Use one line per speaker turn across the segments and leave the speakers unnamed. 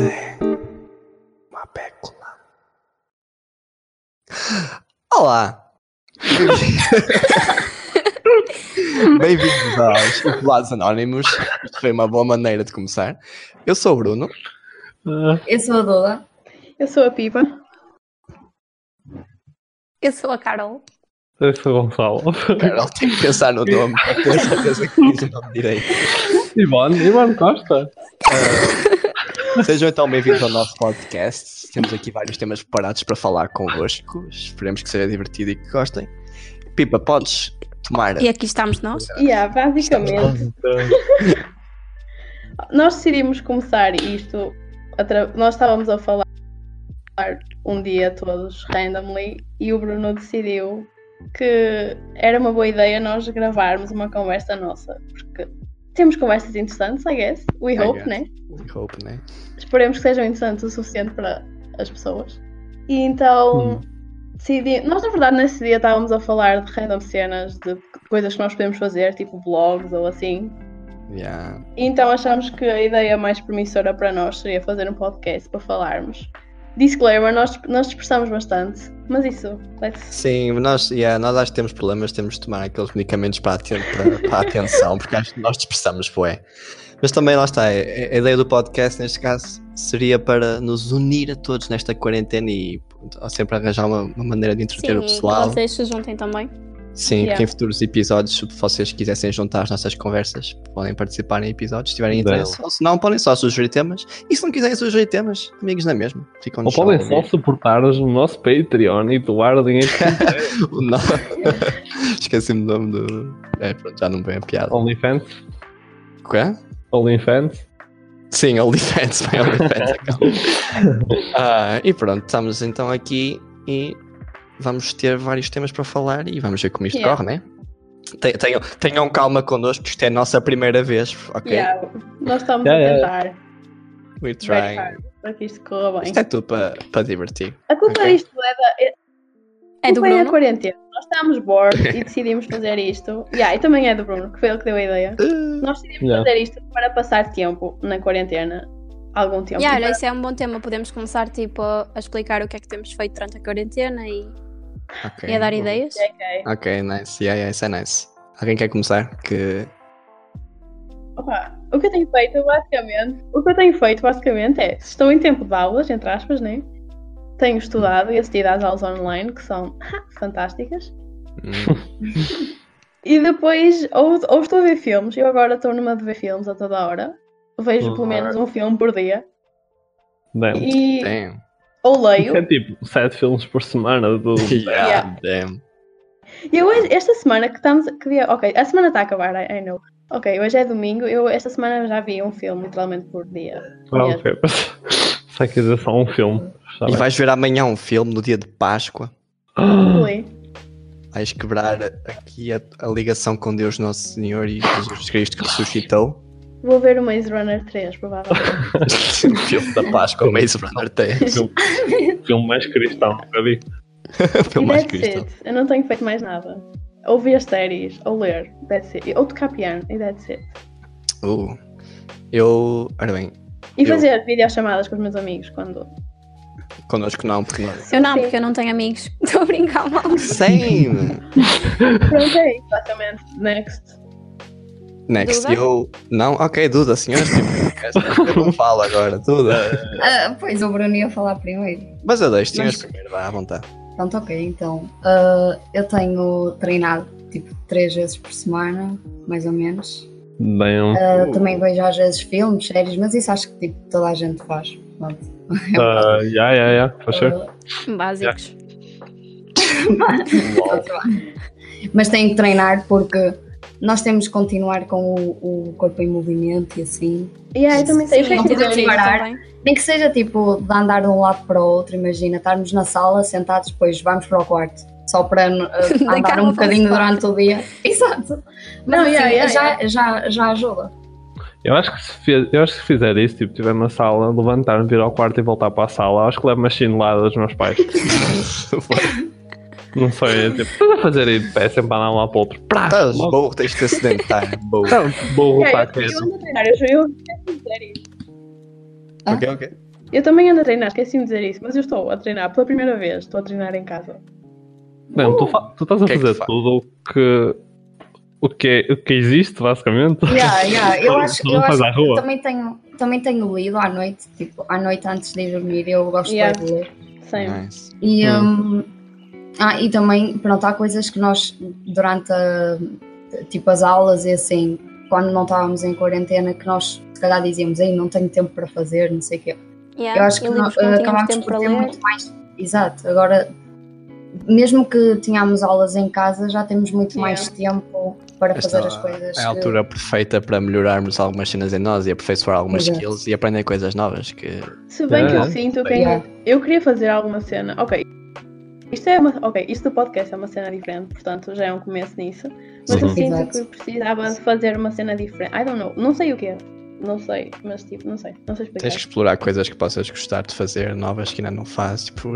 é Olá! Bem-vindos aos Populados Anónimos. Isto foi uma boa maneira de começar. Eu sou o Bruno.
Eu sou a Dula.
Eu sou a Pipa.
Eu sou a Carol.
Eu sou o Gonçalo.
Carol, tenho que pensar no nome para ter certeza que diz o nome direito.
Ivone, Ivone Costa.
Sejam então bem-vindos ao nosso podcast. Temos aqui vários temas preparados para falar convosco. Esperemos que seja divertido e que gostem. Pipa, podes tomar.
E aqui estamos nós.
Tá.
Yeah,
é
basicamente, nós decidimos começar isto. atra- Nós estávamos a falar um dia todos, randomly, e o Bruno decidiu que era uma boa ideia nós gravarmos uma conversa nossa, porque temos conversas interessantes, I guess. We
I
hope,
guess.
né?
Hope, né?
esperemos que sejam interessantes o suficiente para as pessoas. E
Hum.
então decidi. Nós na verdade nesse dia estávamos a falar de random cenas, de coisas que nós podemos fazer, tipo blogs ou assim.
Yeah.
E então achámos que a ideia mais promissora para nós seria fazer um podcast para falarmos. Disclaimer, nós, nós dispersamos bastante, mas isso, let's.
Sim, nós, yeah, nós acho que temos problemas, temos de tomar aqueles medicamentos para, a aten- para- para a atenção, porque acho que nós dispersamos, bué. Mas também lá está, a, a ideia do podcast neste caso seria para nos unir a todos nesta quarentena e pronto, sempre arranjar uma, uma maneira de entreter
Sim,
o pessoal.
vocês se juntem também.
Sim,
Yeah.
porque em futuros episódios, se vocês quisessem juntar as nossas conversas, podem participar em episódios, se tiverem
Bem.
interesse, ou se não, podem só sugerir temas. E se não quiserem sugerir temas, amigos é na mesma. Ficam
Ou podem só suportar-nos no nosso Patreon e doar dinheiro para
O nome- Esqueci-me do nome do. É, pronto, já não vem a piada.
OnlyFans.
O quê?
OnlyFans.
Sim, OnlyFans, vai OnlyFans. account. Ah, e pronto, estamos então aqui e vamos ter vários temas para falar e vamos ver como isto
Yeah.
corre, né? Ten- Tenham, tenham calma connosco, porque isto é a nossa primeira vez, ok?
Yeah, nós estamos
Yeah,
a tentar
We're
very
trying.
hard para que isto corra bem.
Isto é tudo para para divertir.
A culpa
Ok.
disto é da,
É do
Culpa a
Bruno.
quarentena. Nós estávamos bored e decidimos fazer isto. Yeah, e também é do Bruno, que foi ele que deu a ideia.
Ah,
Nós decidimos
Yeah.
fazer isto para passar tempo na quarentena. Algum tempo.
E olha, isso é um bom tema. Podemos começar tipo, a a explicar o que é que temos feito durante a quarentena e,
Ok.
e a dar ideias.
Ok.
Ok, nice. Yeah, yeah, isso é nice. Alguém quer começar? Que...
Opa, o que eu tenho feito, basicamente, o que eu tenho feito, basicamente, é, se estou em tempo de aulas, entre aspas, né? Tenho estudado e assistido às aulas online, que são fantásticas.
Hum,
E depois, ou, ou estou a ver filmes, eu agora estou numa de ver filmes a toda a hora. Vejo pelo menos um filme por dia.
Damn.
E,
damn.
ou leio.
Isso né? é tipo 7 filmes por semana do.
Yeah, damn.
E eu hoje, esta semana que estamos. Que dia, ok, a semana está a acabar, I, I know. Ok, hoje é domingo, eu esta semana já vi um filme literalmente por dia.
Ah, ok. Só quer dizer só um filme. Está
E
bem.
vais ver amanhã um filme no dia de Páscoa.
Ah,
Ui.
Vais quebrar aqui a, a ligação com Deus Nosso Senhor e Jesus Cristo que ressuscitou.
Vou ver o Maze Runner 3, provavelmente.
o filme da Páscoa, Maze Runner 3.
Filme mais cristão, eu vi.
e
filme mais
that's
Cristo.
it. Eu não tenho feito mais nada. Ou ver séries, ou ler, that's it. Ou tocar piano, e that's it.
Uh, eu. Ora bem,
E
Eu-
fazer videochamadas com os meus amigos quando.
connosco não, porque nós.
Eu não,
Sim.
porque eu não tenho amigos. Estou a brincar mal.
Same!
Pronto, é isso, basicamente. Next.
Next,
Duda?
eu. Não, ok, Duda, senhora. Eu não falo agora, Duda.
Ah, pois o Bruno ia falar primeiro.
Mas eu deixo, senhoras
Mas-
primeiro, vá à vontade.
Pronto, ok, então. Ah, eu tenho treinado tipo três vezes por semana, mais ou menos.
Damn.
Ah,
Uh.
Também vejo às vezes filmes, séries, mas isso acho que tipo toda a gente faz. Pronto.
Ah, yeah, yeah, yeah, for sure.
Ah,
Básicos.
Ah, mas tenho que treinar porque nós temos que continuar com o, o corpo em movimento e assim.
E yeah, eu também tenho
Sim,
feito
não assim.
fazer
podemos
isso.
tá
parar. Nem que seja tipo de andar de um lado para o outro, imagina, estarmos na sala sentados, depois vamos para o quarto, só para uh,
Da
andar
cama
um bocadinho
para o
durante o dia. Exato. Mas
Não,
assim,
yeah, yeah,
já, Já, já ajuda.
Eu acho que se, fiz- eu acho que se fizer isso, tipo, estiver na sala, levantar, vir ao quarto e voltar para a sala, acho que levo uma chinelada dos meus pais. Não sei, é tipo, estás a fazer aí de pé, sempre a andar um lá para o outro. Prá,
Estás
logo.
boa, tens de te acidentar. Boa.
Então, burro
Yeah,
para
É,
a
eu, eu
criança.
ando a treinar, eu, eu esqueci de dizer isso.
Ah.
Ok, ok.
Eu também ando a treinar, esqueci-me de dizer isso, mas eu estou a treinar pela primeira vez, estou a treinar em casa.
Não, tu, fa- tu estás a
Que é que
fazer
fa-
tudo o que, o, que é- o que existe, basicamente.
Yeah, yeah. Eu
Tu-
acho,
tu
eu
não faz
acho
à rua.
também tenho, também tenho lido à noite, tipo, à noite antes de ir dormir, eu gosto
Yeah.
de ler.
Sim.
Ah,
Nice.
E, hum, ah, e também, pronto, há coisas que nós, durante a- tipo, as aulas e assim, quando não estávamos em quarentena, que nós se calhar dizíamos, Ei, não tenho tempo para fazer, não sei o quê.
Yeah,
Eu acho que
e
não, eh,
livros não tínhamos
acabámos
tempo
por
para
ter
ler.
muito mais. Exato, agora, mesmo que tínhamos aulas em casa, já temos muito
Yeah.
mais tempo para
Esta
fazer as coisas.
é a
que-
altura perfeita para melhorarmos algumas cenas em nós e aperfeiçoar algumas
Exato.
skills e aprender coisas novas que
Se bem que eu
É.
sinto que
Yeah.
eu queria fazer alguma cena. Ok. Isto é uma. Ok, isto do podcast é uma cena diferente, portanto já é um começo nisso. Mas eu
Sim.
sinto
Exato.
que precisava de fazer uma cena diferente. I don't know. Não sei o que é. Não sei, mas tipo, não sei. Não sei explicar.
tens que explorar coisas que possas gostar de fazer, novas que ainda não fazes, tipo,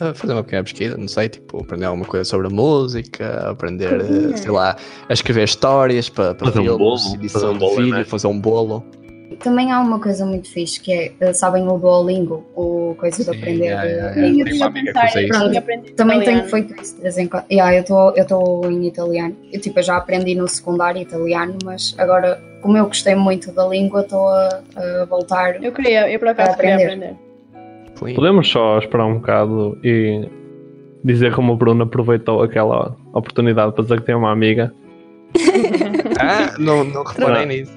a fazer uma pequena pesquisa, não sei, tipo, aprender alguma coisa sobre a música, aprender,
Cozinha.
Uhum.
eh, sei lá, a escrever histórias para, para
Fazer um
filmes,
bolo,
edição
fazer um
de
bolo é
vídeo,
nice.
fazer um bolo.
Também há uma coisa muito fixe que é, eh, sabem, o Duolingo, o coisa de
Sim,
aprender.
yeah, yeah, yeah.
eh,
Sim,
Tem
eu
uma
tinha
amiga que
pensado,
usa
eu
isso.
tinha aprendido
Também
italiano.
tenho feito isso de vez em quando. Yeah, eu estou eu tô em italiano. Eu, tipo, eu já aprendi no secundário italiano, mas agora, como eu gostei muito da língua, estou a, a voltar.
Eu queria, eu por
Para
acaso queria
aprender.
aprender.
Clean.
Podemos só esperar um bocado e dizer como o Bruno aproveitou aquela oportunidade para dizer que tem uma amiga.
Ah, não, não reparei
Não.
nisso.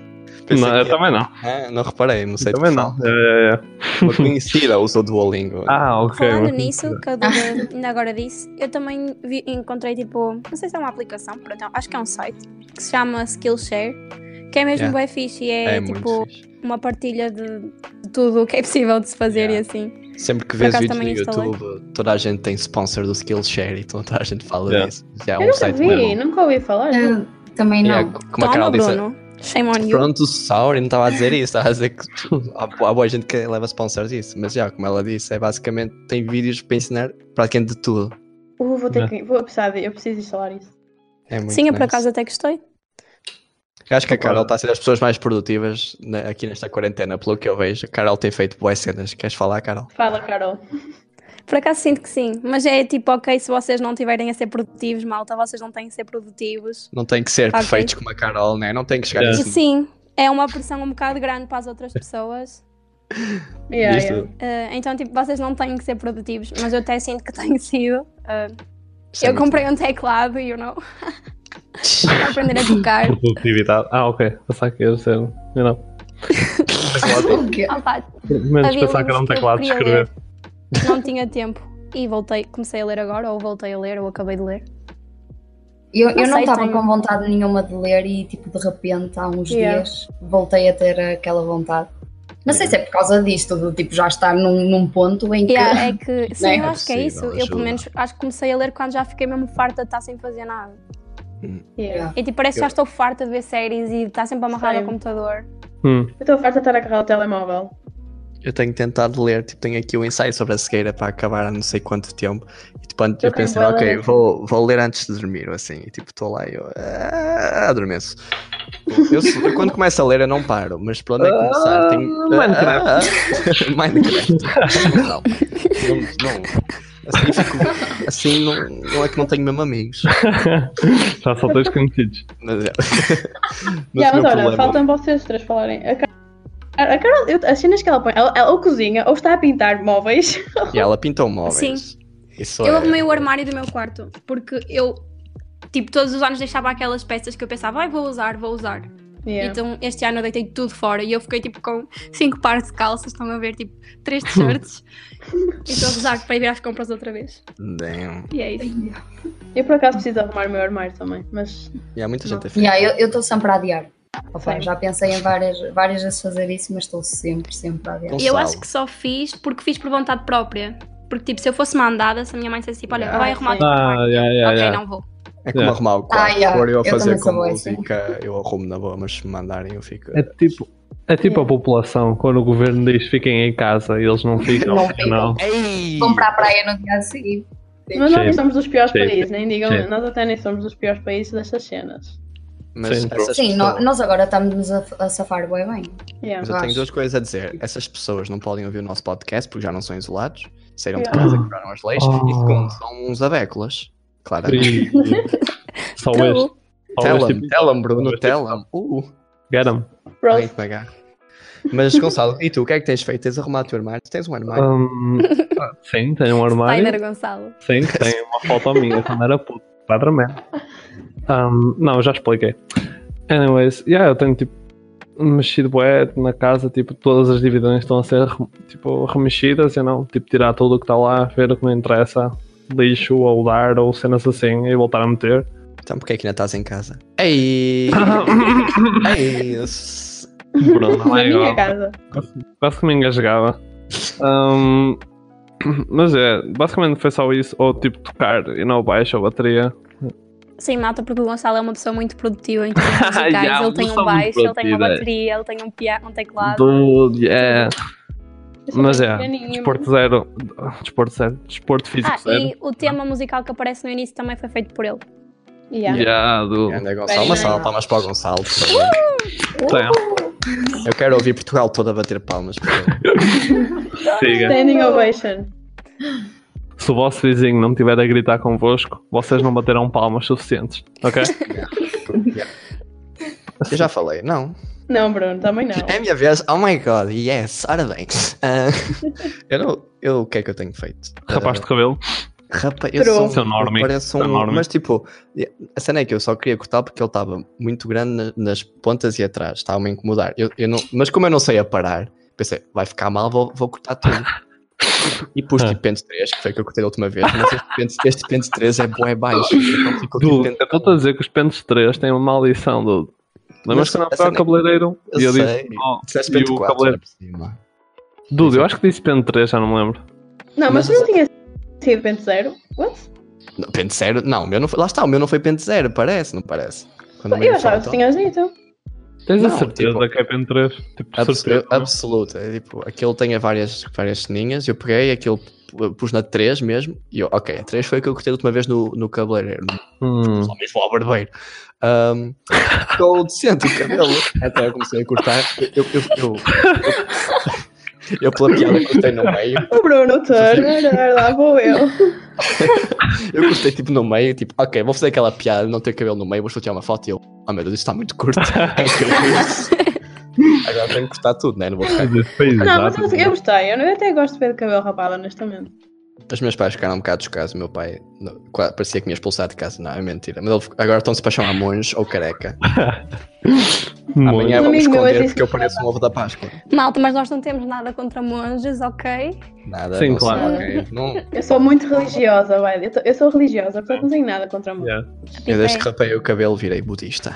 Pensei
Não, eu
que-
também não.
ah, não reparei, não sei de
também
que
não.
fala.
É, é, é.
Uma conhecida usou Duolingo.
Ah, ok.
Falando
mas-
nisso, que a Duda ainda agora disse, eu também vi- encontrei tipo, não sei se é uma aplicação, pronto, acho que é um site, que se chama Skillshare, que é mesmo
Yeah.
bem fixe e é,
é
tipo
muito fixe.
uma partilha de, de tudo o que é possível de se fazer
Yeah.
e assim.
Sempre que
Por
vês
acaso
vídeos no
também instalei.
YouTube, toda a gente tem sponsor do Skillshare, então toda a gente fala
Yeah.
disso. Já é
Eu
um
nunca
site
vi,
mesmo.
nunca ouvi falar.
Eh, também não.
Yeah, como a
Toma,
Carol disse,
Bruno, shame on you.
pronto, o Sauri não estava a dizer isso, estava a dizer que há, há boa gente que leva sponsors disso, mas já, como ela disse, é basicamente tem vídeos para ensinar praticamente de tudo.
Uh, vou
Não.
ter que. Vou precisar de. Eu preciso instalar isso.
É muito
Sim, eu por
nice.
acaso até gostei.
Eu Acho que a Carol está a ser das pessoas mais produtivas na- aqui nesta quarentena, pelo que eu vejo. A Carol tem feito boas cenas. Queres falar, Carol?
Fala, Carol.
Por acaso sinto que sim, mas é tipo, ok, se vocês não tiverem a ser produtivos, malta, vocês não têm a ser produtivos.
Não tem que ser
Ok.
perfeitos como a Carol, né? Não tem que chegar
É.
a esse
Sim, é uma pressão um bocado grande para as outras pessoas.
Yeah,
Isto-
yeah.
Uh, então, tipo, vocês não têm que ser produtivos, mas eu até sinto que tenho sido. Uh,
isto é
eu
muito
comprei um teclado, you know, para aprender a tocar.
Produtividade. Ah, ok. Pensava que ia ser. eu Não.
O quê?
Opa,
Menos
havia
pensar que era um
livros
teclado de
eu
escrever.
queria ler, Não tinha tempo. E voltei, comecei a ler agora, ou voltei a ler, ou acabei de ler.
Eu,
Não
eu não
sei,
estava
tenho-
com vontade nenhuma de ler e, tipo, de repente, há uns
Yeah.
dias, voltei a ter aquela vontade. Não sei se é por causa disto, do tipo, já estar num, num ponto em que.
Yeah, é que, sim,
Bem,
eu acho que é isso.
possível,
Eu, pelo
ajuda.
menos, acho que comecei a ler quando já fiquei mesmo farta de estar sem fazer nada.
Yeah.
E, tipo, parece que já estou farta de ver séries e de estar sempre amarrada ao
Sim.
computador.
Hum.
Eu estou farta de estar a agarrar o telemóvel.
Eu tenho tentado ler, tipo, tenho aqui o ensaio sobre a cegueira para acabar há não sei quanto tempo. E tipo, antes eu
Eu tenho
pensei,
boa
ok,
ler.
vou, vou ler antes de dormir, ou assim, e tipo, estou lá e eu ah, adormeço. Eu, se- eu quando começo a ler eu não paro, mas para onde é que começar?
Ah,
Tenho-
Minecraft.
Ah, ah, Minecraft. Não, não, não. Assim, fico- assim não, não é que não tenho mesmo amigos.
Já só tens conhecidos.
Mas, é. Mas
Yeah,
o meu
mas olha,
problema-
faltam vocês três falarem. A Carol, a Carol eu- as cenas que ela põe, ela, ela ou cozinha, ou está a pintar móveis.
E é ela pintou móveis. Isso
Eu
é-
arrumei o armário do meu quarto, porque eu, tipo, todos os anos deixava aquelas peças que eu pensava, ai, vou usar, vou usar.
Yeah.
Então, este ano eu deitei tudo fora e eu fiquei, tipo, com cinco pares de calças, estão a ver, tipo, três t-shirts. e estou a usar para ir às compras outra vez.
Damn.
E é isso.
Eu por acaso preciso arrumar o meu armário também, mas
E há muita gente a
Yeah, eu estou sempre a adiar. Opa,
Sim.
já pensei em várias, várias vezes fazer isso, mas estou sempre, sempre a adiar.
Gonçalo.
Eu acho que só fiz porque fiz por vontade própria. Porque, tipo, se eu fosse mandada, se a minha mãe dissesse, tipo, olha,
Yeah.
vai arrumar o teu
Ah,
quarto.
yeah,
Ok,
yeah, yeah.
não vou.
É como
Yeah.
arrumar o quarto.
Ah, yeah.
Se for eu a
Eu
fazer
também
com
sou boa assim.
música, eu arrumo na boa, mas se me mandarem eu fico.
É tipo, é tipo a
Yeah.
população, quando o governo diz fiquem em casa e eles não ficam,
Não
não. não.
Ei!
Vão para a praia no dia a seguir.
Mas nós
Sim.
não somos dos piores
Sim,
países, nem digam,
Sim.
nós até nem somos dos piores países destas cenas.
Mas
Sim.
essas
Sim,
pessoas-
no- nós agora estamos a, a safar bem bem.
Yeah.
Mas eu tenho
acho.
duas coisas a dizer. Essas pessoas não podem ouvir o nosso podcast porque já não são isolados, saíram de
Yeah.
casa, quebraram as leis
Oh.
e segundo, são uns abéculas. claramente.
Só este. Só
Acabou.
este
Telam,
episódio.
Telam, Bruno,
Este
Telam. Uh, uh.
Get 'em.
Ai,
Roast.
que bagar. Mas Gonçalo, e tu, o que é que tens feito? Tens arrumado o teu armário? Tens um armário?
Hum, ah, sim, tem um armário.
Steiner Gonçalo.
Sim, tem uma foto minha quando era puto. Padre merda. Um, não, já expliquei. Anyways, yeah, eu tenho tipo mexido bué na casa, tipo, todas as divisões estão a ser rem- tipo, remexidas, eu não, tipo, tirar tudo o que está lá, ver o que não interessa, lixo ou dar ou cenas assim e voltar a meter.
Então porquê é que ainda estás em casa? Ei! Ei! s-
Bruno, não
Na
é
minha
igual.
casa.
Quase que me engasgava. Um, mas é, basicamente foi só isso, ou tipo tocar e não baixo a bateria.
Sim, malta, porque o Gonçalo é uma pessoa muito produtiva em termos musicais.
Yeah,
ele tem
uma pessoa
um baixo,
muito
ele tem uma
produtiva. é.
bateria, ele tem um, pia um teclado.
Dude, yeah.
Eu sou
Mas
muito
é,
pequenininha.
Desporto zero. Desporto zero. Desporto físico
Ah,
zero.
e o tema musical que aparece no início também foi feito por ele.
Yeah.
Yeah, do...
Uh,
Anda, Gonçalo, uma salva de palmas para o Gonçalo, por favor.
Tem,
Eu quero ouvir Portugal todo a bater palmas. por favor.
siga.
Standing ovation.
Se o vosso vizinho não estiver a gritar convosco, vocês não baterão palmas suficientes, ok?
Eu já falei, não.
Não, Bruno, também não.
É a minha vez. Oh my god, yes, ora bem. Ah, eu não. Eu, o que é que eu tenho feito?
Rapaz de cabelo.
Rapaz, eu
True.
sou,
Seu normie,
Parece
seu
um,
normie.
mas tipo, a cena é que eu só queria cortar porque ele estava muito grande na- nas pontas e atrás, estava-me a incomodar. Eu, eu não, mas como eu não sei a parar, pensei, vai ficar mal, vou, vou cortar tudo. E pus tipo pente 3, que foi o que eu cortei da última vez, mas este pente, este pente 3 é bom, é baixo. Então ficou tipo
Dude, eu
pente-
estou a dizer que os pentes 3 têm uma maldição, dude. Lembras
Mas
que eu não
essa
fui ao
nem-
cabeleireiro?
eu
e eu
sei.
disse, oh,
Disseste
e
pente
o
4 era
cabeleireiro-
por cima.
dude, eu acho que disse pente 3, já não me lembro.
Não,
Mas-
mas tu não tinha sido pente zero? What?
Não, pente 0, não, o meu não foi, lá está, o meu não foi pente 0, parece, não parece. Quando tá- o meu
Eu achava que
foi,
tu tinhas dito.
Tens a
Não,
certeza
tipo-
que é pente 3? Tipo,
Abs-
certeza. não?
absoluta. É, tipo, aquilo tem várias, várias ceninhas. Eu peguei aquilo, p- pus na 3 mesmo. E eu, ok, a 3 foi o que eu cortei da última vez no, no cabeleireiro.
Hum.
Só mesmo ao barbeiro. Ahm, Ficou decente o cabelo. Até eu comecei a cortar. Eu, eu, eu, eu- eu pela piada, cortei no meio.
O Oh, Bruno Turner, lá vou eu.
Eu cortei tipo no meio, tipo, ok, vou fazer aquela piada, não ter cabelo no meio, vou tirar uma foto e eu, oh meu Deus, isto está muito curto. É que eu fiz. Agora tenho que cortar tudo, né? Não vou ficar
Foi
Ah, Não, mas
exato.
eu, eu gostei. Eu não- eu até gosto de ver de cabelo rapado, honestamente.
Os meus pais ficaram um bocado chocados. O meu pai não, qua- parecia que me ia expulsar de casa. Não, é mentira. Mas ele fi- agora estão-se para chamar monge ou careca.
Muito.
Amanhã
Um
vão me
amigo meu
esconder
disse
porque eu pareço um ovo da Páscoa.
Malta, mas nós não temos nada contra monges, ok?
Nada.
Sim,
não
claro.
sei, ok. Não,
Eu sou muito religiosa, vai. Eu, tô- eu sou religiosa, portanto não tenho nada contra a mulher.
Yeah.
eu desde que rapei o cabelo virei budista.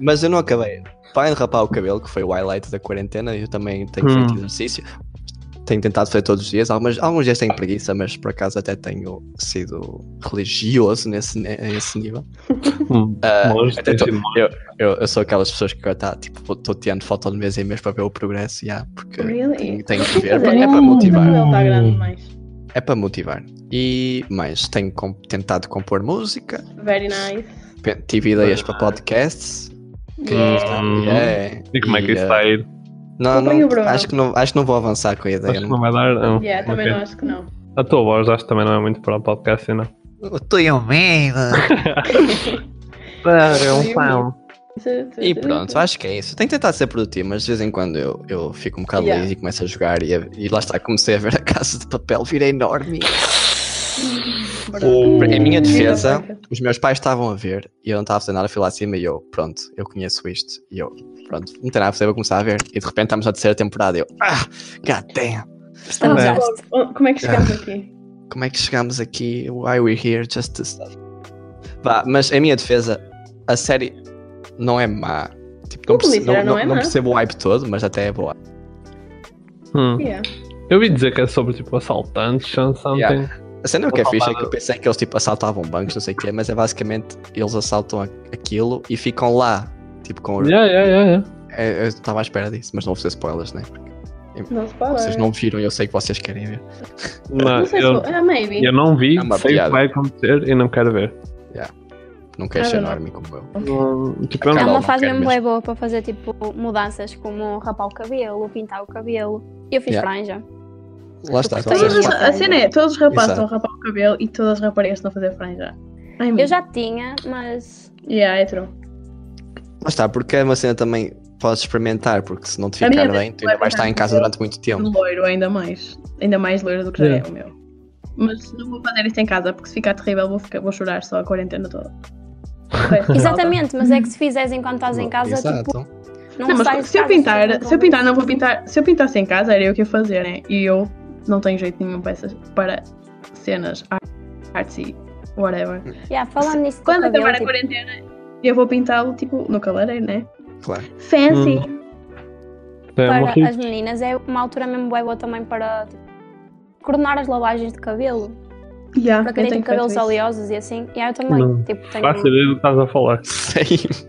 Mas eu não acabei. Para de rapar o cabelo, que foi o highlight da quarentena, eu também tenho
Hum.
feito exercício. Tenho tentado fazer todos os dias. Algumas, alguns dias tenho preguiça, mas por acaso até tenho sido religioso nesse, nesse nível.
Hum,
Ah,
monge,
até
tem
tô-
sido monge.
Eu, eu sou aquelas pessoas que tá, tipo, estou tirando foto de mês em mês para ver o progresso, yeah, porque
Really?
tenho, tenho que ver.
Quer
É
dizer,
para,
o
motivar.
cabelo está tá grande demais.
É para motivar. E mais, tenho com- tentado compor música,
Very nice.
pe- tive ideias para podcasts. que-
Hum.
yeah,
E como é que isso
eh,
está a ir?
Não,
Acompanha o
não,
Bruno.
acho, que não, acho que não vou avançar com a ideia.
Acho que não vai dar. Não.
Yeah, também
Ok.
não é. acho que não.
A tua voz acho que também não é muito para um podcast, não.
Estou em merda.
um pão. é
E pronto, acho que é isso. Tenho tentado ser produtivo, mas de vez em quando eu, eu fico um bocado
Yeah.
lazy e começo a jogar. E, a- e lá está, comecei a ver a casa de papel, virei enorme.
Pronto.
Em minha defesa,
Fica, fica.
os meus pais estavam a ver e eu não estava a fazer nada, fui lá acima e eu, pronto, eu conheço isto. E eu, pronto, não tem nada a fazer, vou começar a ver. E de repente estamos na terceira temporada e eu, ah, god damn,
Estamos
Também.
a
Oh, Como é
Ah.
que chegamos aqui?
como é que chegamos aqui? Why we're here? Just this stuff. Vá, mas em minha defesa, a série não é má. Tipo, não,
O Glitter
percebo, não,
não
não-
é
não
má.
percebo o hype todo, mas até é boa.
Hum.
Yeah.
Eu ouvi dizer que é sobre tipo assaltantes and something.
Yeah. A cena que é
Vou
fixe é
falar-
que eu pensei que eles tipo assaltavam bancos, não sei o quê, mas é basicamente eles assaltam a- aquilo e ficam lá. Tipo, com
Yeah, yeah, yeah, yeah.
É, Eu estava à espera disso, mas não vou fazer spoilers, né?
Não se pode.
Vocês não viram, eu sei que vocês querem ver.
Não,
Não sei se.
eu,
Ah, maybe.
eu não vi,
É uma
sei o que
piada.
vai acontecer e não quero ver.
Não queres
Ah,
ser
não.
enorme como eu.
Não, tipo, eu
É
Não,
não.
não
uma fase
quero
mesmo
mesmo.
bem boa para fazer tipo mudanças como rapar o cabelo, pintar o cabelo. Eu fiz
Yeah.
franja.
Lá está,
Gostei.
vocês
Então, Todas as- a cena é, todos os rapazes
Exato.
estão a rapar o cabelo e todas as raparigas estão a fazer franja. Ai,
Eu já tinha, mas.
Yeah, é true.
Mas está, porque é uma cena também podes experimentar, porque se não te
A minha
ficar
vez
bem, tu
foi
ainda vais estar em casa durante muito tempo.
Loiro, ainda mais. Ainda mais loiro do que já
Yeah.
é o meu. Mas não vou fazer isso em casa, porque se ficar terrível vou, ficar- vou chorar só a quarentena toda.
Exatamente, mas é que se fizeres enquanto estás em casa,
Exato.
tipo, não,
Não,
sais
mas
de
se eu
casa,
pintar,
fica
se eu pintar, não vou pintar. Se eu pintasse em casa, era eu que ia fazer, né? E eu não tenho jeito nenhum para, essas, para cenas ar- artsy, whatever.
Hum.
Yeah, falando nisso, do
Quando
cabelo,
acabar a é
tipo,
quarentena, eu vou pintá-lo, tipo, no cabeleireiro, né?
Claro.
Fancy! Então,
É uma
para
ri-
as meninas é uma altura mesmo boa também para tipo, coordenar as lavagens de cabelo.
Yeah,
Para
eu
quem tem
tenho
cabelos
feito isso.
oleosos e assim. E eu também.
Não.
Tipo, tenho...
Faço ideia do que estás a falar.
Sei.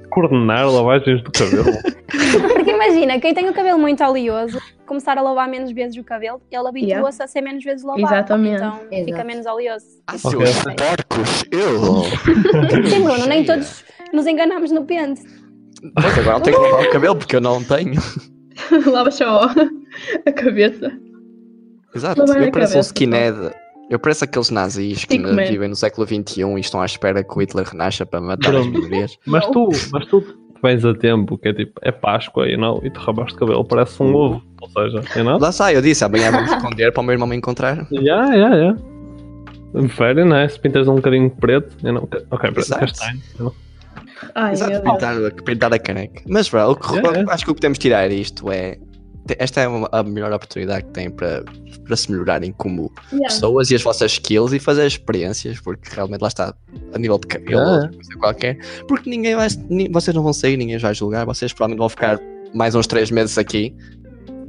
Coordenar lavagens do cabelo.
Porque imagina, quem tem o cabelo muito oleoso, começar a lavar menos vezes o cabelo, ele habitua-se a ser menos vezes lavado.
Exatamente.
Então fica
Exato.
menos oleoso.
Ah,
Ok.
seus porcos! Eu!
Sim, Bruno, nem
Cheia.
todos nos enganamos no pente.
Mas agora eu tenho que lavar o cabelo porque eu não tenho.
Lava só a cabeça.
Exato.
Lavar
Eu
a
pareço um
cabeça,
skinhead. Eu pareço aqueles nazis que
Stick man.
vivem no século XXI e estão à espera que o Hitler renasça para matar as
Pronto.
minorias.
Mas tu, mas tu vens a tempo, que é tipo, é Páscoa e não, e tu rabaste o cabelo, parece um ovo, ou seja, e não?
Lá sai, eu disse, amanhã vamos esconder para o meu irmão me encontrar.
Yeah, yeah, yeah. Very nice, pintas um bocadinho de preto, e não, ok, preto,
Exato.
castanho, e não?
Ai,
Exato,
meu Deus.
pintar, a- pintar a caneca. Mas, bro, o que-
Yeah, yeah.
acho que o que podemos tirar isto é. te- Esta é uma- a melhor oportunidade que têm para, para se melhorarem como
Yeah.
pessoas e as vossas skills e fazer experiências, porque realmente lá está, a nível de cabelo
Yeah,
ou
yeah.
outra coisa qualquer, porque ninguém vai. ni- Vocês não vão sair, ninguém vai julgar, vocês provavelmente vão ficar mais uns 3 meses aqui.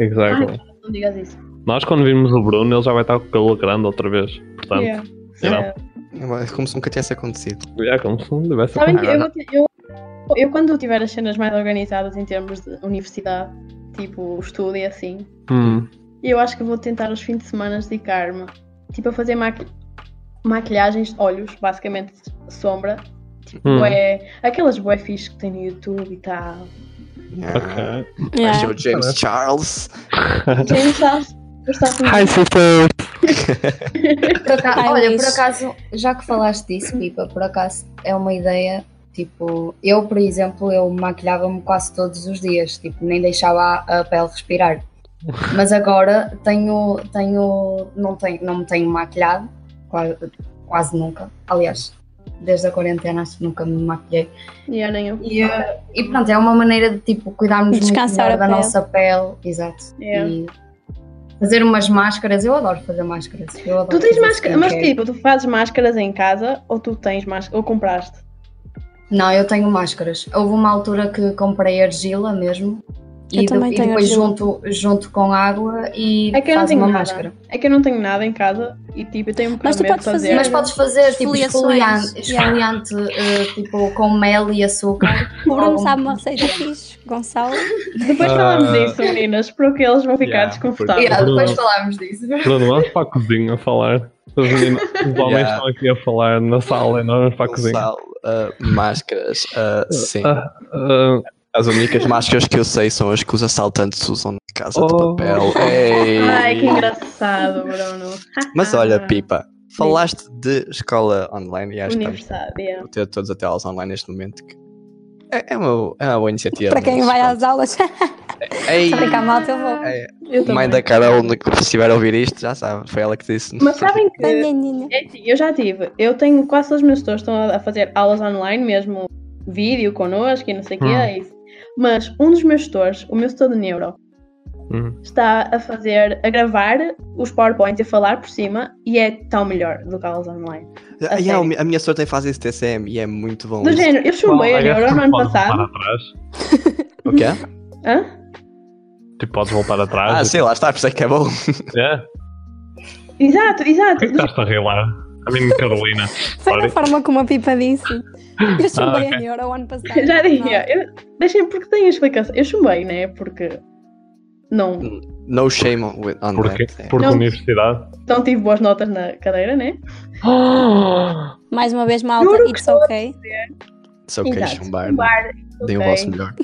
Exactly.
Não digas isso.
Nós quando vimos o Bruno, ele já vai estar com o cabelo grande outra vez, portanto, um yeah.
Yeah.
É uma- Como se nunca tivesse acontecido.
como se não tivesse
Sabem que
Agora
eu,
não.
vou ter- eu, eu quando tiver as cenas mais organizadas em termos de universidade, tipo estudo e assim,
Hum,
eu acho que vou tentar os fins de semana dedicar-me tipo a fazer maqui maquilhagens, olhos, basicamente sombra,
hum.
bué, aquelas bué fixe que tem no YouTube e tal.
Yeah.
Ok.
Vai ser o James Charles.
Quem sabe? Eu estava
Hi, sister!
Por acaso-
Ai,
olha,
Luís.
por acaso, já que falaste disso, Pipa, por acaso é uma ideia, tipo, eu, por exemplo, eu maquilhava-me quase todos os dias, tipo, nem deixava a a pele respirar. Mas agora tenho, tenho, não, tenho, não me tenho maquilhado, quase, quase nunca. Aliás, desde a quarentena acho que nunca me maquilhei.
yeah, nem eu.
E, eh, e pronto, é uma maneira de tipo cuidarmos muito
Descansar
melhor
a
da
pele.
nossa pele, exato.
É.
E fazer umas máscaras, eu adoro fazer máscaras. Eu adoro
Tu tens
fazer
máscara, mas
skincare.
tipo, tu fazes máscaras em casa ou tu tens máscara, ou compraste?
Não, eu tenho máscaras. Houve uma altura que comprei argila mesmo.
Eu
e,
também
e
tenho
depois
argila.
junto, junto com água e
É que eu não
faz
tenho
uma
nada.
máscara.
É que eu não tenho nada em casa e tipo, eu tenho um bocado
Mas tu
medo de
podes fazer-
Mas podes fazer tipo
Esfoliações.
esfoliante, esfoliante eh, tipo com mel e açúcar.
O Bruno sabe uma receita fixe, Gonçalo.
Depois
Ah.
falamos disso, meninas, porque eles vão ficar
Yeah,
desconfortáveis.
Yeah, depois
Bruno.
falámos disso.
Bruno, vamos para a cozinha falar. Os, meninos, os homens
Yeah.
estão aqui a falar na sala e nós vamos para a cozinha.
Sal, ah, máscaras. ah, sim.
Ah, ah,
As únicas máscaras que eu sei são as que os assaltantes usam na casa de
Oh.
papel. Ei.
Ai, que engraçado, Bruno.
Mas olha, Pipa, falaste de escola online e acho que estamos
Universidade, yeah.
a ter todos até aulas online neste momento. que É, é uma, é uma boa iniciativa.
Para quem
mas
vai
pronto.
às aulas,
Ei,
fica mal, Tá eu vou.
Eu também.
mãe da Carol, se estiver a ouvir isto, já sabe, foi ela que disse.
Mas sabem que
Banhaninha.
é assim, eu já tive, eu tenho quase todos os meus tutores estão a a fazer aulas online mesmo, vídeo connosco e não sei o que
Hum.
é isso. Mas um dos meus tutores, o meu tutor de neuro,
hum.
está a fazer, a gravar os PowerPoints e a falar por cima e é tão melhor do que aulas online.
Ah, yeah,
sério?
o mi- a minha sorte tem fase esse TCM e é muito bom.
Do
isso.
género, eu chumbei a neuro no ano passado.
Voltar atrás.
O quê?
Hã?
Tipo, podes voltar atrás.
Ah, sim, lá está, por isso é que é bom.
É?
Exato,
Por que é
exato.
que estás a rir lá? A mim, Carolina.
Foi da
Sorry.
forma como a Pipa disse. Eu chumbei
ok.
a neuro o ano passado.
Eu Já
Não.
diria, eu, deixem porque tem a explicação. Eu chumbei, né? Porque não,
No shame on, on
Porque,
that.
porque
Não.
universidade.
não então tive boas notas na cadeira, né?
Mais uma vez, malta,
Juro que
it's ok.
Só queres
Exato.
chumbar. né?
Chumbar,
Dei o
ok.
vosso melhor.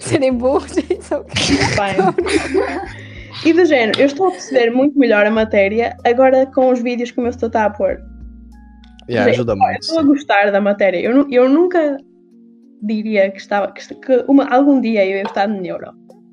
Serem burros, it's ok.
fine. E do género, eu estou a perceber muito melhor a matéria agora com os vídeos que o meu setor está a pôr.
Yeah, ajuda muito.
Estou a
sim.
gostar da matéria. Eu, nu- eu nunca diria que estava que, que uma, algum dia eu ia estar de neuro.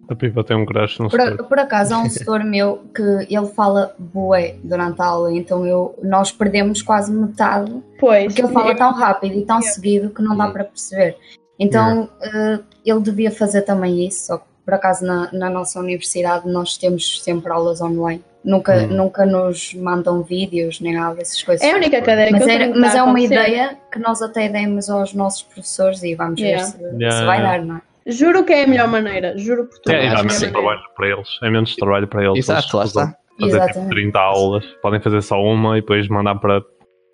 A Pipa tem um crush no
Por,
Stuart.
por acaso, há um setor meu que ele fala bué durante a aula, então eu, nós perdemos quase metade
Pois. é
porque ele fala tão rápido e tão seguido que não dá
Hum.
para perceber. Então eh, ele devia fazer também isso, só que por acaso na, na nossa universidade nós temos sempre aulas online. Nunca,
Hum.
nunca nos mandam vídeos nem nada dessas coisas.
É a única cadeira
mas,
que eu
era-
tenho que
mas
dar
é
a
uma
acontecer.
ideia que nós até demos aos nossos professores e vamos
Yeah.
ver se,
Yeah,
se vai
yeah.
dar, não é?
Juro que é a melhor maneira. Juro por tudo.
É, e dá
acho que
menos
sim.
trabalho para eles. É menos trabalho para eles. Eles
Exato, lá
usam-
está.
fazer tipo
Exatamente.
30 aulas, podem fazer só uma e depois mandar para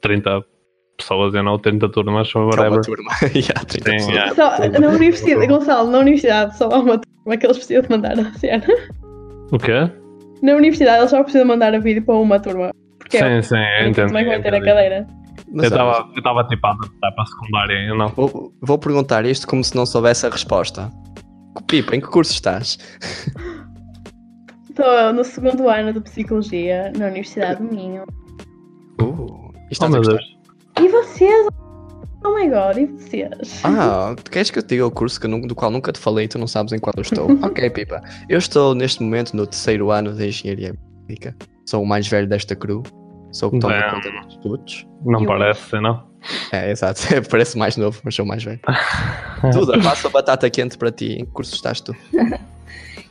30 pessoas, eu não, 30 turmas ou
É uma
whatever.
turma. yeah, 30
Sim, é.
pessoas.
yeah.
Só, na universidade, Gonçalo, na universidade só há uma turma que eles precisam de mandar a cena.
O quê?
Na universidade eles só precisam mandar a vídeo para uma turma. Porque é
Sim, sim, eu entendo.
como é que vai ter a
entendo.
cadeira?
Mas,
Eu
olha,
estava eu tava, tipo a adaptar para a secundária, eu não.
vou, vou perguntar isto como se não soubesse a resposta. Pipa, em que curso estás?
Estou no segundo ano de Psicologia na Universidade do Minho.
Uh,
Oh
estás a
meu
gostar?
Deus.
E vocês? Oh my god, e vocês?
Ah, tu queres que eu te diga o curso que eu nu- do qual nunca te falei e tu não sabes em qual eu estou? ok, Pipa. Eu estou neste momento no terceiro ano de Engenharia Médica. Sou o mais velho desta crew. Sou o que toma
Bem.
conta dos estudos.
Não
Eu-
parece, não.
É, exato. Parece mais novo, mas sou o mais velho. Duda, faço a batata quente para ti. Em que curso estás tu?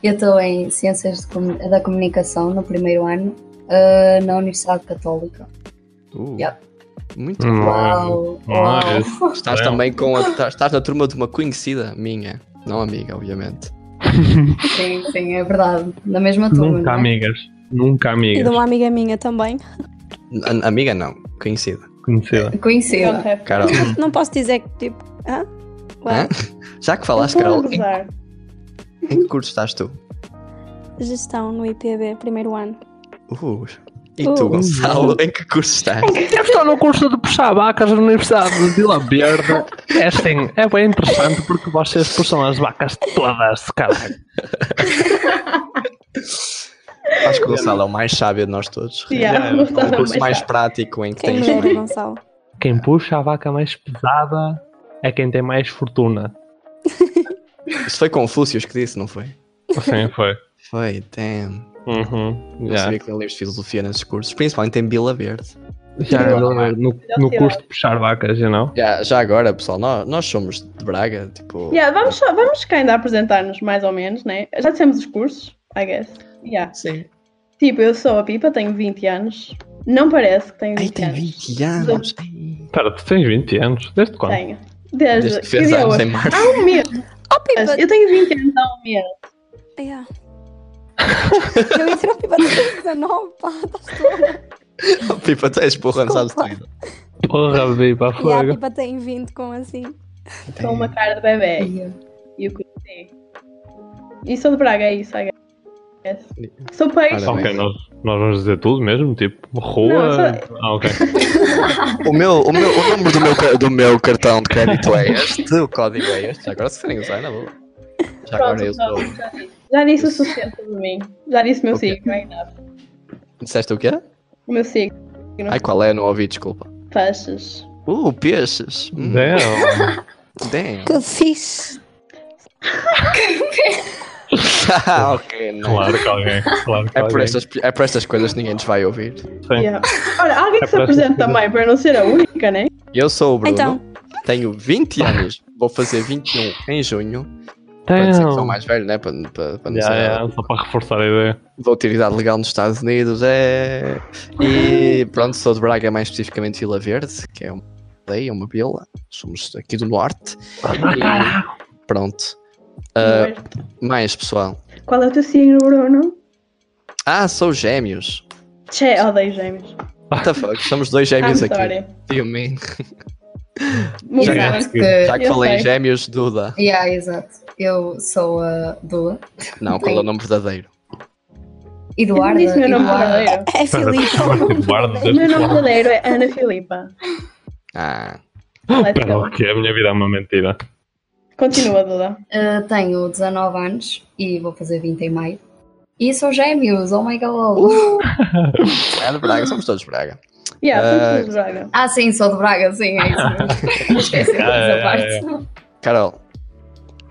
Eu estou em Ciências de Comu- da Comunicação no primeiro ano, eh, na Universidade Católica.
Uh,
Yep.
Muito
Hum.
bom.
Uau! uau.
Nice.
Estás
Bem.
também com a, tá- Estás na turma de uma conhecida minha. Não amiga, obviamente.
Sim, sim, é verdade. Na mesma turma.
Nunca
não é?
amigas. Nunca
E de
amigas.
uma amiga minha também.
An- amiga não, conhecida.
Conhecida.
Eu
Conhecida.
rap.
Carol.
Não posso dizer que tipo. Hã? Ué,
Hã? Já que
Eu
falaste,
estou a
Carol, em,
gozar.
em que curso estás tu?
gestão no IPB, primeiro ano.
Uh, e
Uh.
tu, Gonçalo, em que curso estás?
Eu estou no curso de puxar vacas na Universidade de Vila Verde. É assim, é bem interessante porque vocês puxam as vacas todas, caralho.
Acho que o Gonçalo é o mais sábio de nós todos.
Yeah,
Yeah,
É
Gonçalo
o curso
mas
mais
sabe.
prático em que
Quem
tens.
me dera, Gonçalo.
Quem puxa a vaca mais pesada é quem tem mais fortuna.
Isso foi Confúcio que disse, não foi?
Assim foi.
Foi, damn.
Uhum.
Eu sabia que não livros de filosofia nesses cursos, principalmente em Bila Verde.
Já, no, no curso de puxar vacas, you know?
Já, já agora, pessoal, nós, nós somos de Braga, tipo.
Yeah, vamos, só- vamos cá ainda apresentar-nos mais ou menos, né? Já dissemos os cursos, I guess. Yeah.
Sim.
Tipo, eu sou a Pipa, tenho 20 anos. Não parece que tenho 20
Ai, tem
anos.
20 anos. Ai.
Espera, tu tens 20 anos? Desde quando?
Tenho. Desde,
Desde que fez
dia
anos
hoje?
em março.
Há um mês.
Oh, Pipa!
Eu tenho 20 anos há um mês.
Yeah. Eu ia ser o Pipa de 19, pá. Estás toda.
Pipa, tu Tipo, és burra, não sabes
Desculpa.
tudo.
Porra, Bipa,
E a
fogo.
Pipa tem 20 com assim.
Com uma cara de bebê.
Yeah.
E o que E sou de Braga, é isso, I guess. Sou peixe.
Ora bem.
Ok, nós, nós vamos dizer tudo mesmo? Tipo, rua.
Não,
Ah, ok.
O, meu, o, meu, o número do meu, ca- do meu cartão de crédito é este, o código é este. Já agora, se querem usar, na boa. Já agora eu sou.
pronto, já disse. Já disse o suficiente sobre mim. Já disse o meu
Ok.
signo, ainda.
Disseste o quê?
O meu signo,
Ai, qual é? Não ouvi, desculpa.
peixes.
Uh, peixes. Hum,
Né? Damn.
damn.
Que fixe!
Ah, ok, não.
Claro que alguém. Claro que
É por,
alguém.
estas, é por estas coisas que ninguém nos vai ouvir.
Sim.
Yeah. Olha, alguém que
É
se
para
apresente
ser-
também, para eu não ser a única, né?
Eu sou o Bruno,
Então.
tenho 20 anos, vou fazer 21 em junho, para dizer que sou
Damn.
mais é. velho, né? Para, para, para não
Yeah,
ser-
yeah, só para reforçar a ideia.
Vou ter idade legal nos Estados Unidos, é. E pronto, sou de Braga, mais especificamente Vila Verde, que é uma aldeia, uma vila. Somos aqui do norte. E pronto. Ah, mais pessoal.
Qual é o teu signo, Bruno?
Ah, sou gêmeos.
Che, oh, odeio gêmeos.
What the fuck? Somos dois gêmeos
I'm
aqui.
sorry.
Do you mean?
Muito
Já
bem.
é.
Que-
Já que
Eu
falei em
sei.
gêmeos, Duda.
Yeah, exato. Eu sou a Dua.
Não, qual é o nome verdadeiro?
Eu não
Eduarda.
disse meu
Ah.
nome
Eduarda.
verdadeiro.
É Filipe.
tipo, Guarda,
O meu nome verdadeiro é Ana Filipa.
Ah,
Let's
Espera,
go.
o que A minha vida é uma mentira.
Continua, Duda.
Uh, tenho 19 anos e vou fazer 20 em maio. E sou gêmeos, oh my god.
Uh! Hum.
é de Braga, somos todos de Braga.
Yeah,
Ah,
somos todos de Braga.
Ah, sim, sou de Braga, sim, é isso. mesmo. Esqueci dessa
Ah, é, é,
parte.
Carol,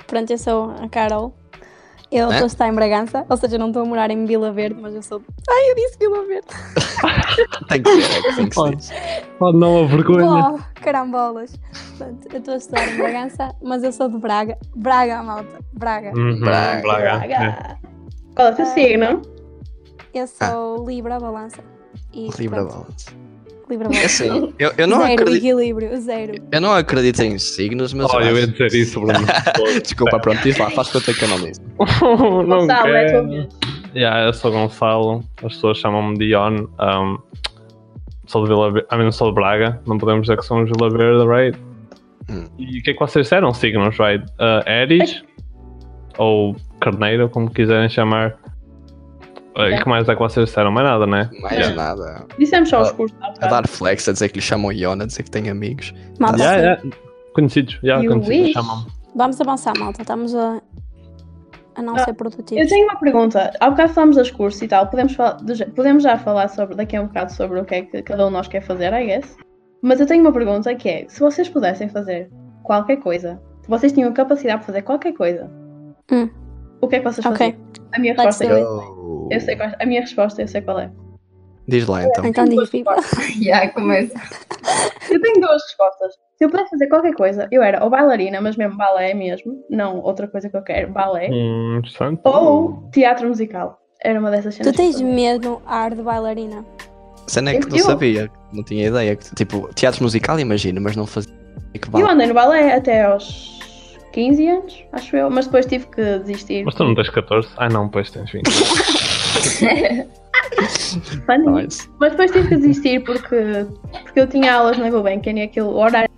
Pronto, eu sou a Carol. Eu
É?
estou a estar em Bragança, ou seja, não estou a morar em Vila Verde, mas eu sou. Ai, eu disse Vila Verde.
tem que ser, é que tem que
Oh,
ser.
oh não, a vergonha.
Uau, carambolas. Portanto, eu estou a estudar em Bragança, mas eu sou de Braga. Braga, malta. Braga.
Uhum,
Braga.
É.
Braga. Qual é o teu
Ah.
signo?
Eu sou Libra, balança. E,
Ah. Libra
pronto,
Balance.
Libra
É
balança.
assim, eu, eu, não
zero,
acredito,
equilíbrio, zero.
eu não acredito em signos, mas.
Oh, eu ia
acho-
dizer isso, Bruno.
Desculpa, pronto, diz lá, faz conta que eu não disse.
Oh, não
Gonçalo, é a
quero.
tua vez.
Yeah, eu sou Gonçalo, as pessoas chamam-me Dion. Um, sou de Vila Verde, I mean, sou de Braga, não podemos dizer que somos de Vila Verde, right?
Hum.
E o que é que vocês disseram, signos, right? Uh, Aries ou Carneiro, como quiserem chamar. Uh, E
Ok.
que mais é que vocês disseram? Mais nada, né?
Mais
Yeah.
nada.
Dissemos só os
Ah,
cursos. há bocado.
A dar flex, a dizer que lhe chamam Iona, a dizer que tem amigos.
Malta,
Yeah, yeah. Conhecidos, yeah,
You
conhecidos,
wish.
chamam-me.
vamos avançar, malta. Estamos a, a não
Ah,
ser produtivos.
Eu tenho uma pergunta. Há bocado falámos das cursos e tal. Podemos, fal- de- podemos já falar sobre, daqui a um bocado sobre o que é que cada um de nós quer fazer, I guess. Mas eu tenho uma pergunta que é: se vocês pudessem fazer qualquer coisa, se vocês tinham capacidade de fazer qualquer coisa,
Hum.
o que é que vocês
Ok.
faziam? A minha
Let's
resposta é
do
eu, eu sei qual, A minha resposta eu sei qual é.
Diz lá então.
Então
Tenho
diz,
duas
Viva.
Yeah, começa.
Eu tenho duas respostas. Se eu pudesse fazer qualquer coisa, eu era ou bailarina, mas mesmo balé mesmo, não outra coisa que eu quero, balé,
Hum, interessante.
Oh. ou teatro musical. Era uma dessas
Tu
cenas.
tens um-
que eu-
medo ar de bailarina.
Cena é que não
Eu-
sabia, não tinha ideia. que- Tipo, teatro musical, imagino, mas não fazia. Que
Eu
vale.
andei no balé até aos 15 anos, acho eu, mas depois tive que desistir.
Mas tu não tens 14? Ah, não, pois tens 20.
Funny.
Nice.
Mas depois tive que desistir porque, porque eu tinha aulas na Gulbenkian e aquilo, o horário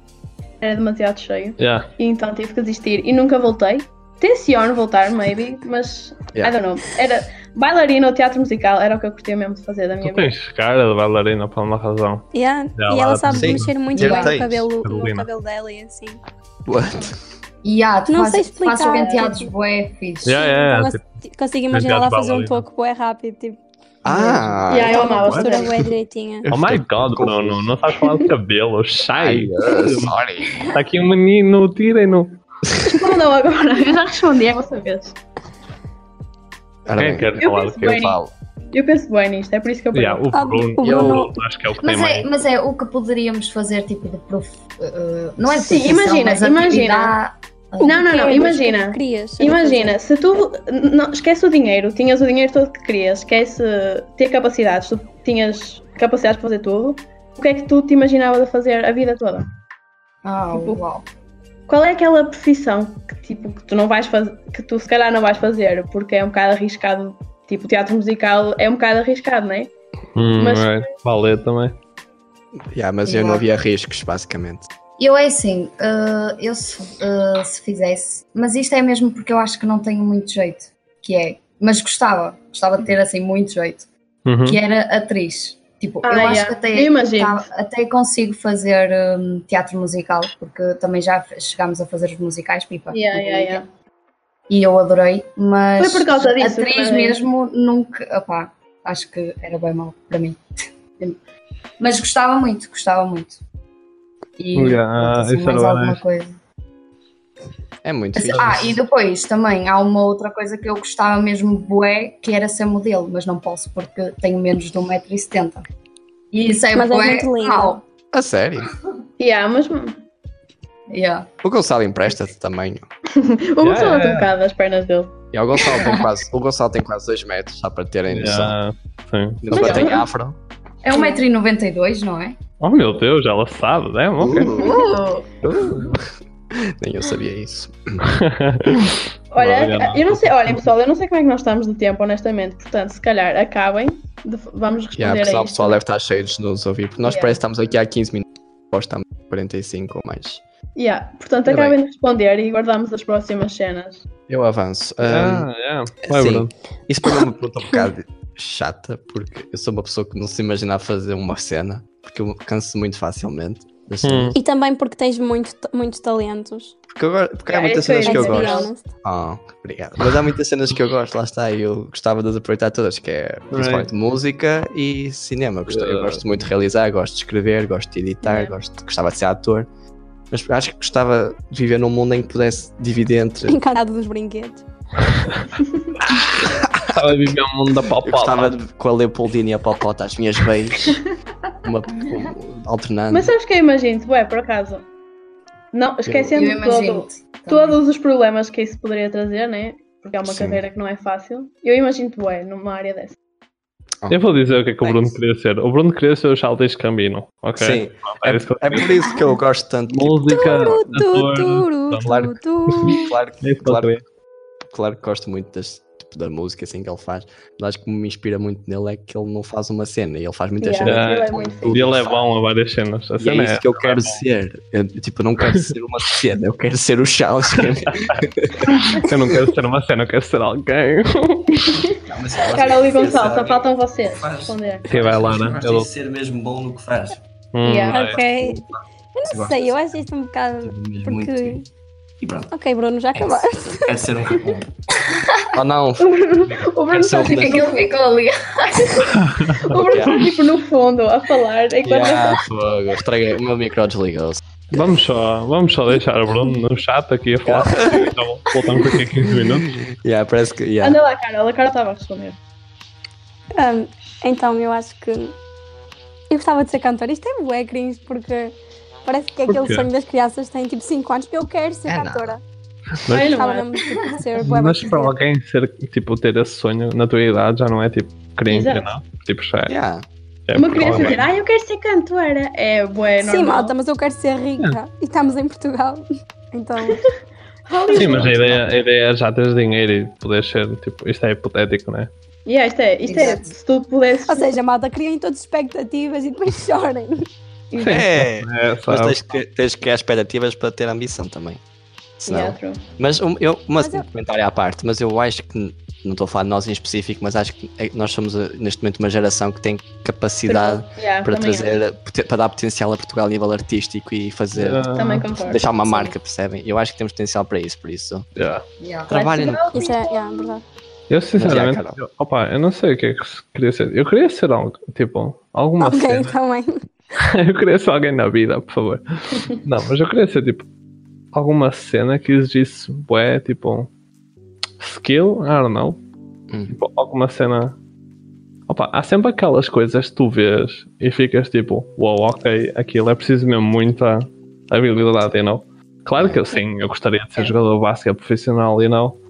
era demasiado cheio.
yeah.
E então tive que desistir e nunca voltei. Tenciono voltar, maybe, mas
Yeah.
I don't know. Era bailarina ou teatro musical, era o que eu curtia mesmo de fazer da minha
Tu
vida.
tens cara de bailarina por uma razão.
Yeah.
Yeah,
e ela
lá-
sabe
Sim. tá
mexer muito
Yeah,
bem
tens.
no cabelo, no
Carolina.
cabelo dela e assim.
What?
Yeah, tu
Não
fazes-
sei
tu fazes
explicar.
penteados bué fixe.
Yeah, yeah,
Então,
yeah. tipo,
eu consigo imaginar
gato
ela fazer um
bailarina.
toque bué rápido, tipo,
Ah!
Yeah, eu amava
postura
fazer.
bué direitinha.
Eu
Oh my
fiquei
god,
confuso.
Bruno, não sabes falar de cabelo, sai!
Ai, ah, sorry.
Está aqui um menino, tirem-no!
Como não agora? Eu já respondi, é a vossa vez.
Ora
Quem é
bem,
quer
Eu
falar de
penso
eu
cabelo?
bem.
falo.
Eu penso bem nisto, é por isso que eu
Yeah,
pergunto.
o
Ah,
Bruno,
o Bruno-
eu acho que é o que tem
Mas é,
mais.
mas é o que poderíamos fazer, tipo, de prof... eh, não é
Sim,
profissão,
imagina,
mas
imagina.
atividade-
Não, não, não,
Queres,
imagina.
Querias, tipo,
Imagina, se tu n- não, esquece o dinheiro, tinhas o dinheiro todo que querias, esquece ter capacidades, tu tinhas capacidades para fazer tudo, o que é que tu te imaginavas a fazer a vida toda?
Ah,
Tipo,
uau.
Qual é aquela profissão que tipo que tu não vais fazer, que tu se calhar não vais fazer, porque é um bocado arriscado, tipo teatro musical é um bocado arriscado, não é?
Hum,
mas-
é. Ballet também.
Yeah, mas eu não havia riscos, basicamente.
Eu é assim, eh, eu se, eh, se fizesse, mas isto é mesmo porque eu acho que não tenho muito jeito, que é, mas gostava, gostava de ter assim muito jeito,
Uhum.
que era atriz. Tipo,
Ah,
eu acho
yeah.
que
Eu
até,
imagino.
tá- até consigo fazer hum, teatro musical, porque também já f- chegámos a fazer os musicais, pipa.
Yeah, yeah, yeah.
E eu adorei, mas
Foi por causa disso,
atriz
foi.
mesmo nunca, opá, acho que era bem mal para mim. mas gostava muito, gostava muito. E
Yeah,
assim,
ah, isso
mais
era
alguma
nice.
coisa.
É muito fixe.
Ah, e depois também há uma outra coisa que eu gostava mesmo bué, que era ser modelo, mas não posso porque tenho menos de 1,70m. E isso é
Mas és
bué
muito linda.
mau.
A sério?
Yeah, mas o
Yeah.
O Gonçalo empresta-te tamanho.
Gonçalo
yeah,
tem um
yeah.
bocado as pernas dele.
E o Gonçalo tem quase, o Gonçalo tem quase 2 metros, só para terem noção.
Yeah, sim.
Não
Mas-
tem afro.
É 1,92m, não é?
Oh meu Deus, ela sabe, né? Ok.
Oh.
Uh.
Nem eu sabia isso.
Olha,
Não, não.
eu não sei, olhem pessoal, eu não sei como é que nós estamos de tempo, honestamente. Portanto, se calhar acabem, de- vamos responder
Yeah,
a
pessoal, o
isto.
pessoal deve estar cheio de nos ouvir, porque nós
Yeah.
parece que estamos aqui há 15 minutos, nós estamos 45 ou mais.
Yeah, Portanto,
é- Ainda
acabem de responder e guardamos as próximas cenas.
Eu avanço. Ahm,
Ah, yeah. Vai,
sim.
Bruno.
Isso para mim é uma pergunta um bocado chata, porque eu sou uma pessoa que não se imagina a fazer uma cena, porque eu canso muito facilmente. Assim,
Hum.
E também porque tens muito, muitos talentos.
Porque, agora, porque há
É,
muitas
isso é
cenas que eu
let's be
gosto.
honest.
Oh, obrigado. Mas há muitas cenas que eu gosto, lá está, e eu gostava de as aproveitar todas, que é principalmente música e cinema. Gosto- Eu gosto muito de realizar, gosto de escrever, gosto de editar,
Yeah.
gosto, gostava de ser ator. Mas acho que gostava de viver num mundo em que pudesse dividir entre. Eu
Encantado dos brinquedos.
Estava a viver o mundo da
gostava
palpata.
de, com a Leopoldina e a Popota às minhas veias, uma, um- alternando.
Mas é sabes que eu imagino-te, ué, por acaso? Não, esquecendo
Eu
de todo,
imagino-te. também.
todos os problemas que isso poderia trazer, né? Porque é uma
Sim.
carreira que não é fácil. Eu imagino-te, ué, numa área dessa.
Eu vou dizer o que é que o Bruno
Thanks.
queria ser. O Bruno queria ser o Charles Cambino, ok?
Sim,
É isso que eu-
é por isso que eu gosto tanto. Tipo,
Música,
Turu, tu,
ator...
turu,
claro.
tu, tu.
claro
É
que,
isso que eu
claro
queria.
claro que gosto muito das- tipo, da música assim que ele faz, mas acho que me inspira muito nele é que ele não faz uma cena, ele faz muitas
Yeah,
cenas.
ele é
com
muito
tudo,
E ele é
sabe?
bom a várias cenas. A
E é
cena
isso que eu quero ser. Eu, tipo, eu não quero ser uma cena, eu quero ser o assim. Charles.
Eu não quero ser uma cena, eu quero ser alguém.
Carol e Gonçalo, só faltam vocês responder.
Quem vai lá, né?
Gosta
Eu...
de ser mesmo bom no que faz.
Hum,
Yeah.
é.
Ok.
Eu
Eu não
gosto
sei, eu
dessa
acho isto um bocado.
Mesmo muito.
Porque.
E pronto,
Ok, Bruno, já acabaste.
quero ser um. oh não, um
O Bruno está
O que é que
tipo,
ele ficou ali?
o Bruno está, tipo no fundo a falar enquanto
yeah, fogo, estraguei, o meu micro desligou-se.
Vamos só, vamos só deixar o Bruno no chat aqui a falar. Então, voltamos daqui a 15 minutos.
Yeah, parece que. yeah.
Anda lá, Carol, a Carol estava a responder.
Ahm, então, eu acho que. Eu gostava de ser cantora. Isto é bué cringe, porque parece que é
Por
aquele
quê?
sonho das crianças que têm tipo 5 anos. Eu quero ser
É nada.
cantora.
Ai, não
Gostava
é?
mesmo tipo, de ser bué
Mas para
bacana.
alguém ser, tipo, ter esse sonho na tua idade já não é tipo cringe,
Exato.
não? Tipo, já
Ah,
é.
Yeah.
é
Uma criança
provavelmente.
dizer, ah, eu quero ser cantora. É, bué,
Sim,
normal.
malta, mas eu quero ser rica.
É.
E estamos em Portugal. Então,
Sim, mas a ideia, a ideia é já teres dinheiro e poderes ser, tipo, isto é hipotético, né?
Yeah, isto é, isto é,
Exato.
se tu pudesses...
ou seja, malta, criem todas as expectativas e depois chorem.
É.
É,
Mas
sabe?
tens que, tens que criar expectativas para ter ambição também. Senão-
Yeah, true.
Mas um, eu, uma-
Mas eu-
um comentário à parte, mas eu acho que, n- não estou a falar de nós em específico, mas acho que eh, nós somos eh, neste momento uma geração que tem capacidade
Yeah,
para
também
trazer, eh, poten- para dar potencial a Portugal a nível artístico e fazer,
Ah,
acho. Também concordo.
deixar uma
Sim.
marca, percebem? Eu acho que temos potencial para isso, por isso.
yeah.
Yeah.
Trabalhem.
né?
no-
Isso é, yeah, é verdade.
é. Eu
Mas, yeah,
sinceramente,
Carol.
eu, opa, eu não sei o que é que se- queria ser. Eu queria ser algo, tipo, alguma
ok, então,
cena.
também.
Eu queria ser alguém na vida, por favor. Não, mas eu queria ser tipo alguma cena que exigisse bué, tipo skill, I don't know.
Hum.
Tipo, alguma cena. Opa, há sempre aquelas coisas que tu vês e ficas tipo, uau, ok, aquilo é preciso mesmo muita habilidade, you know? Claro que eu sim, eu gostaria de ser jogador de basquete profissional, you know?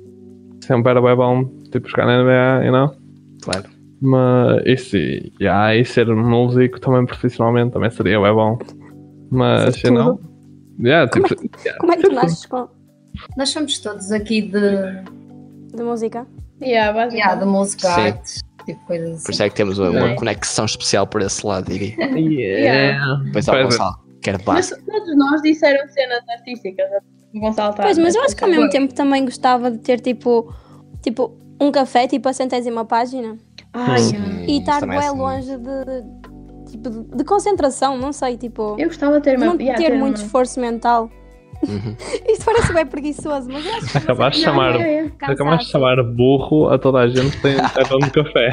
Sempre era bem bom, tipo, jogar na NBA, you know?
Claro.
Mas é assim, isso, yeah, e ser um músico também profissionalmente também seria bem bom. Mas
Ser
eu não. Yeah, tipo, yeah,
Como é que tu nasces com...
Nós somos todos aqui de,
de música?
Yeah, basicamente.
yeah, de música,
Sim.
artes, tipo coisas
Por
assim.
isso é que temos uma, uma
Sim.
conexão especial por esse lado, diria.
assim?
Yeah.
Pois ao
Pois é.
Gonçalo, quer
Mas
base.
todos nós disseram cenas artísticas. O Gonçalo está...
Pois, mas eu acho que ao mesmo
Foi.
tempo também gostava de ter tipo, tipo um café, tipo a centésima página.
Ai, yeah.
e estar
também é
bem
assim.
longe de, de- tipo, de, de concentração, não sei, tipo...
Eu gostava de ter uma...
não
yeah,
ter
uma-
muito esforço mental.
Uhum.
Isto parece bem preguiçoso, mas eu acho que...
Acabaste de
Não,
chamar,
yeah, yeah.
acabaste de chamar burro a toda a gente que tem cartão de café.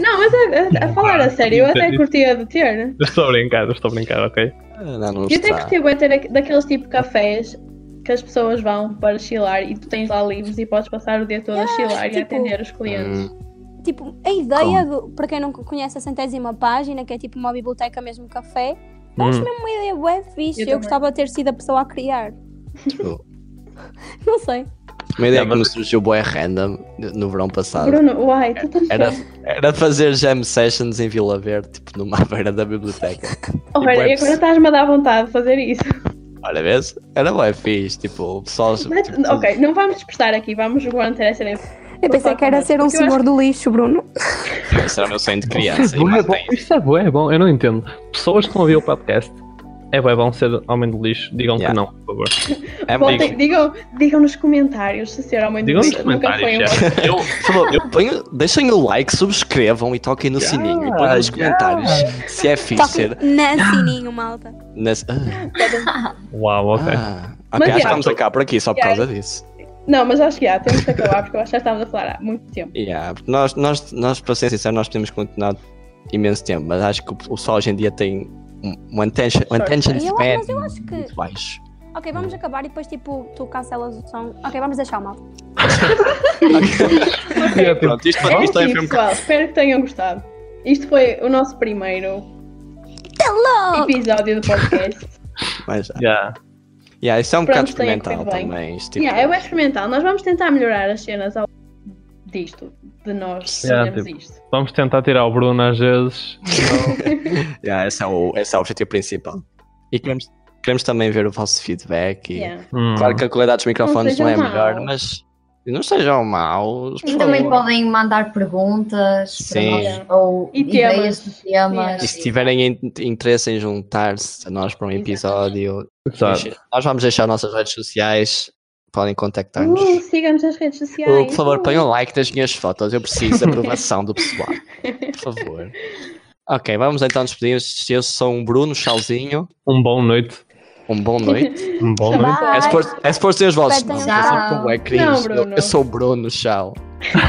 Não, mas a, a- a falar a sério, eu até curtia de ter.
Eu estou a brincar, eu estou a brincar, ok?
Ah, Não, não
Eu até
está.
curtia de ter aqu- daqueles tipo cafés que as pessoas vão para chilar e tu tens lá livros e podes passar o dia todo a chilar e
tipo-
atender os clientes.
Hum,
Tipo, a ideia, do- para quem não conhece a centésima página, que é tipo uma biblioteca mesmo café, eu acho
Hum.
mesmo uma ideia bué fixe.
Eu
Eu,
também.
gostava de ter sido a pessoa a criar.
tipo,
Não sei.
Uma ideia
Não,
que me
mas-
surgiu boa random no verão passado.
Bruno, uai, tu estás
Hum. Era, era fazer jam sessions em Vila Verde, tipo numa beira da biblioteca.
Oh,
tipo,
olha,
é
e agora estás-me a dar vontade de fazer isso.
Olha, vês? Era bem fixe, tipo, o pessoal.
Mas,
tipo,
ok, não vamos dispersar aqui, vamos manter essa nessa.
Eu pensei que era ser um
Porque eu acho
senhor do lixo, Bruno.
Será tipo, o meu sonho de criança.
Bom, é
mas
bom.
tem-
Isto é bom, é bom, eu não entendo. Pessoas que não ouviam o podcast é bem bom ser homem de lixo. Digam
Yeah.
que não, por favor.
É muito.
Voltem, digam, digam nos comentários se ser homem de
Digam nos
lixo nunca foi um
comentários. já. Eu,
Por favor, eu ponho- deixem o like, subscrevam e toquem no
Yeah,
sininho. E ponham nos comentários se é fixe ser.
Toquem na sininho, malta.
Nas... Ah,
Uau, ok.
ah, ok,
Mas,
acho que
yeah.
estamos a cá por aqui só por
Yeah.
causa disso.
Não, mas acho que já, temos que acabar porque eu acho que já estávamos a falar há muito tempo.
Yeah, porque nós, nós, nós, para ser sincero, nós podemos continuar imenso tempo, mas acho que o pessoal hoje em dia tem um, um attention, um
Short
attention
Eu-
span
mas eu acho que-
muito baixo.
Ok,
Hum.
vamos acabar e depois, tipo, tu cancelas o som. Ok, vamos deixar, malta.
E é tipo,
Pronto, isto,
É
isto é
isso,
mesmo
pessoal, espero que tenham gostado. Isto foi o nosso primeiro
Hello!
episódio do podcast.
mas,
yeah.
yeah, Isso é um
Pronto,
bocado
tem a
experimental
correr bem.
também. Isto, tipo,
Yeah, é o experimental. Nós vamos tentar melhorar as cenas ao disto, de nós
Yeah,
fazermos
tipo-
isto.
Vamos tentar tirar o Bruno às vezes.
yeah, esse, é o, esse é o objetivo principal. E queremos, queremos também ver o vosso feedback. E,
Yeah.
Hum.
Claro que a qualidade dos microfones não,
Não
é
sejam
melhor,
maus.
mas não sejam maus. por
E também
favor.
podem mandar perguntas
Sim.
para nós, ou
E
ideias
temas.
de temas.
E se tiverem in- interesse em juntar-se a nós para um
Exatamente.
episódio,
Exato.
deixem- nós vamos deixar nossas redes sociais. Podem contactar-nos.
Uh, Sigam-nos nas redes sociais.
Uh, por favor,
Uh.
ponham like nas minhas fotos. Eu preciso da aprovação do pessoal. Por favor. Ok, vamos então despedir-nos. Eu sou um Bruno Chalzinho.
Um bom noite.
Um bom noite.
Um bom noite.
É suposto é suposto ter os vossos
Vai,
nomes.
tchau.
Eu sei como é cringe.
Não,
Eu-
Bruno.
Eu sou o Bruno Chal.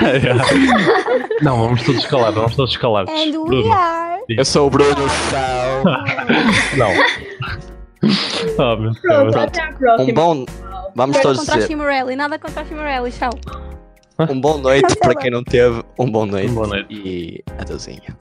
Yeah. Não, vamos todos calados, vamos todos calados.
And we
Bruno,
are.
Eu sou o Bruno Chal.
não. Oh, meu Deus.
Pronto, até à
Um
próxima.
bom. Vamos
Nada
todos
contra o
dizer.
Chimorelli, nada contra o Chimorelli, tchau.
Um bom noite para quem não teve. Um bom noite.
Um bom noite.
E adeusinho.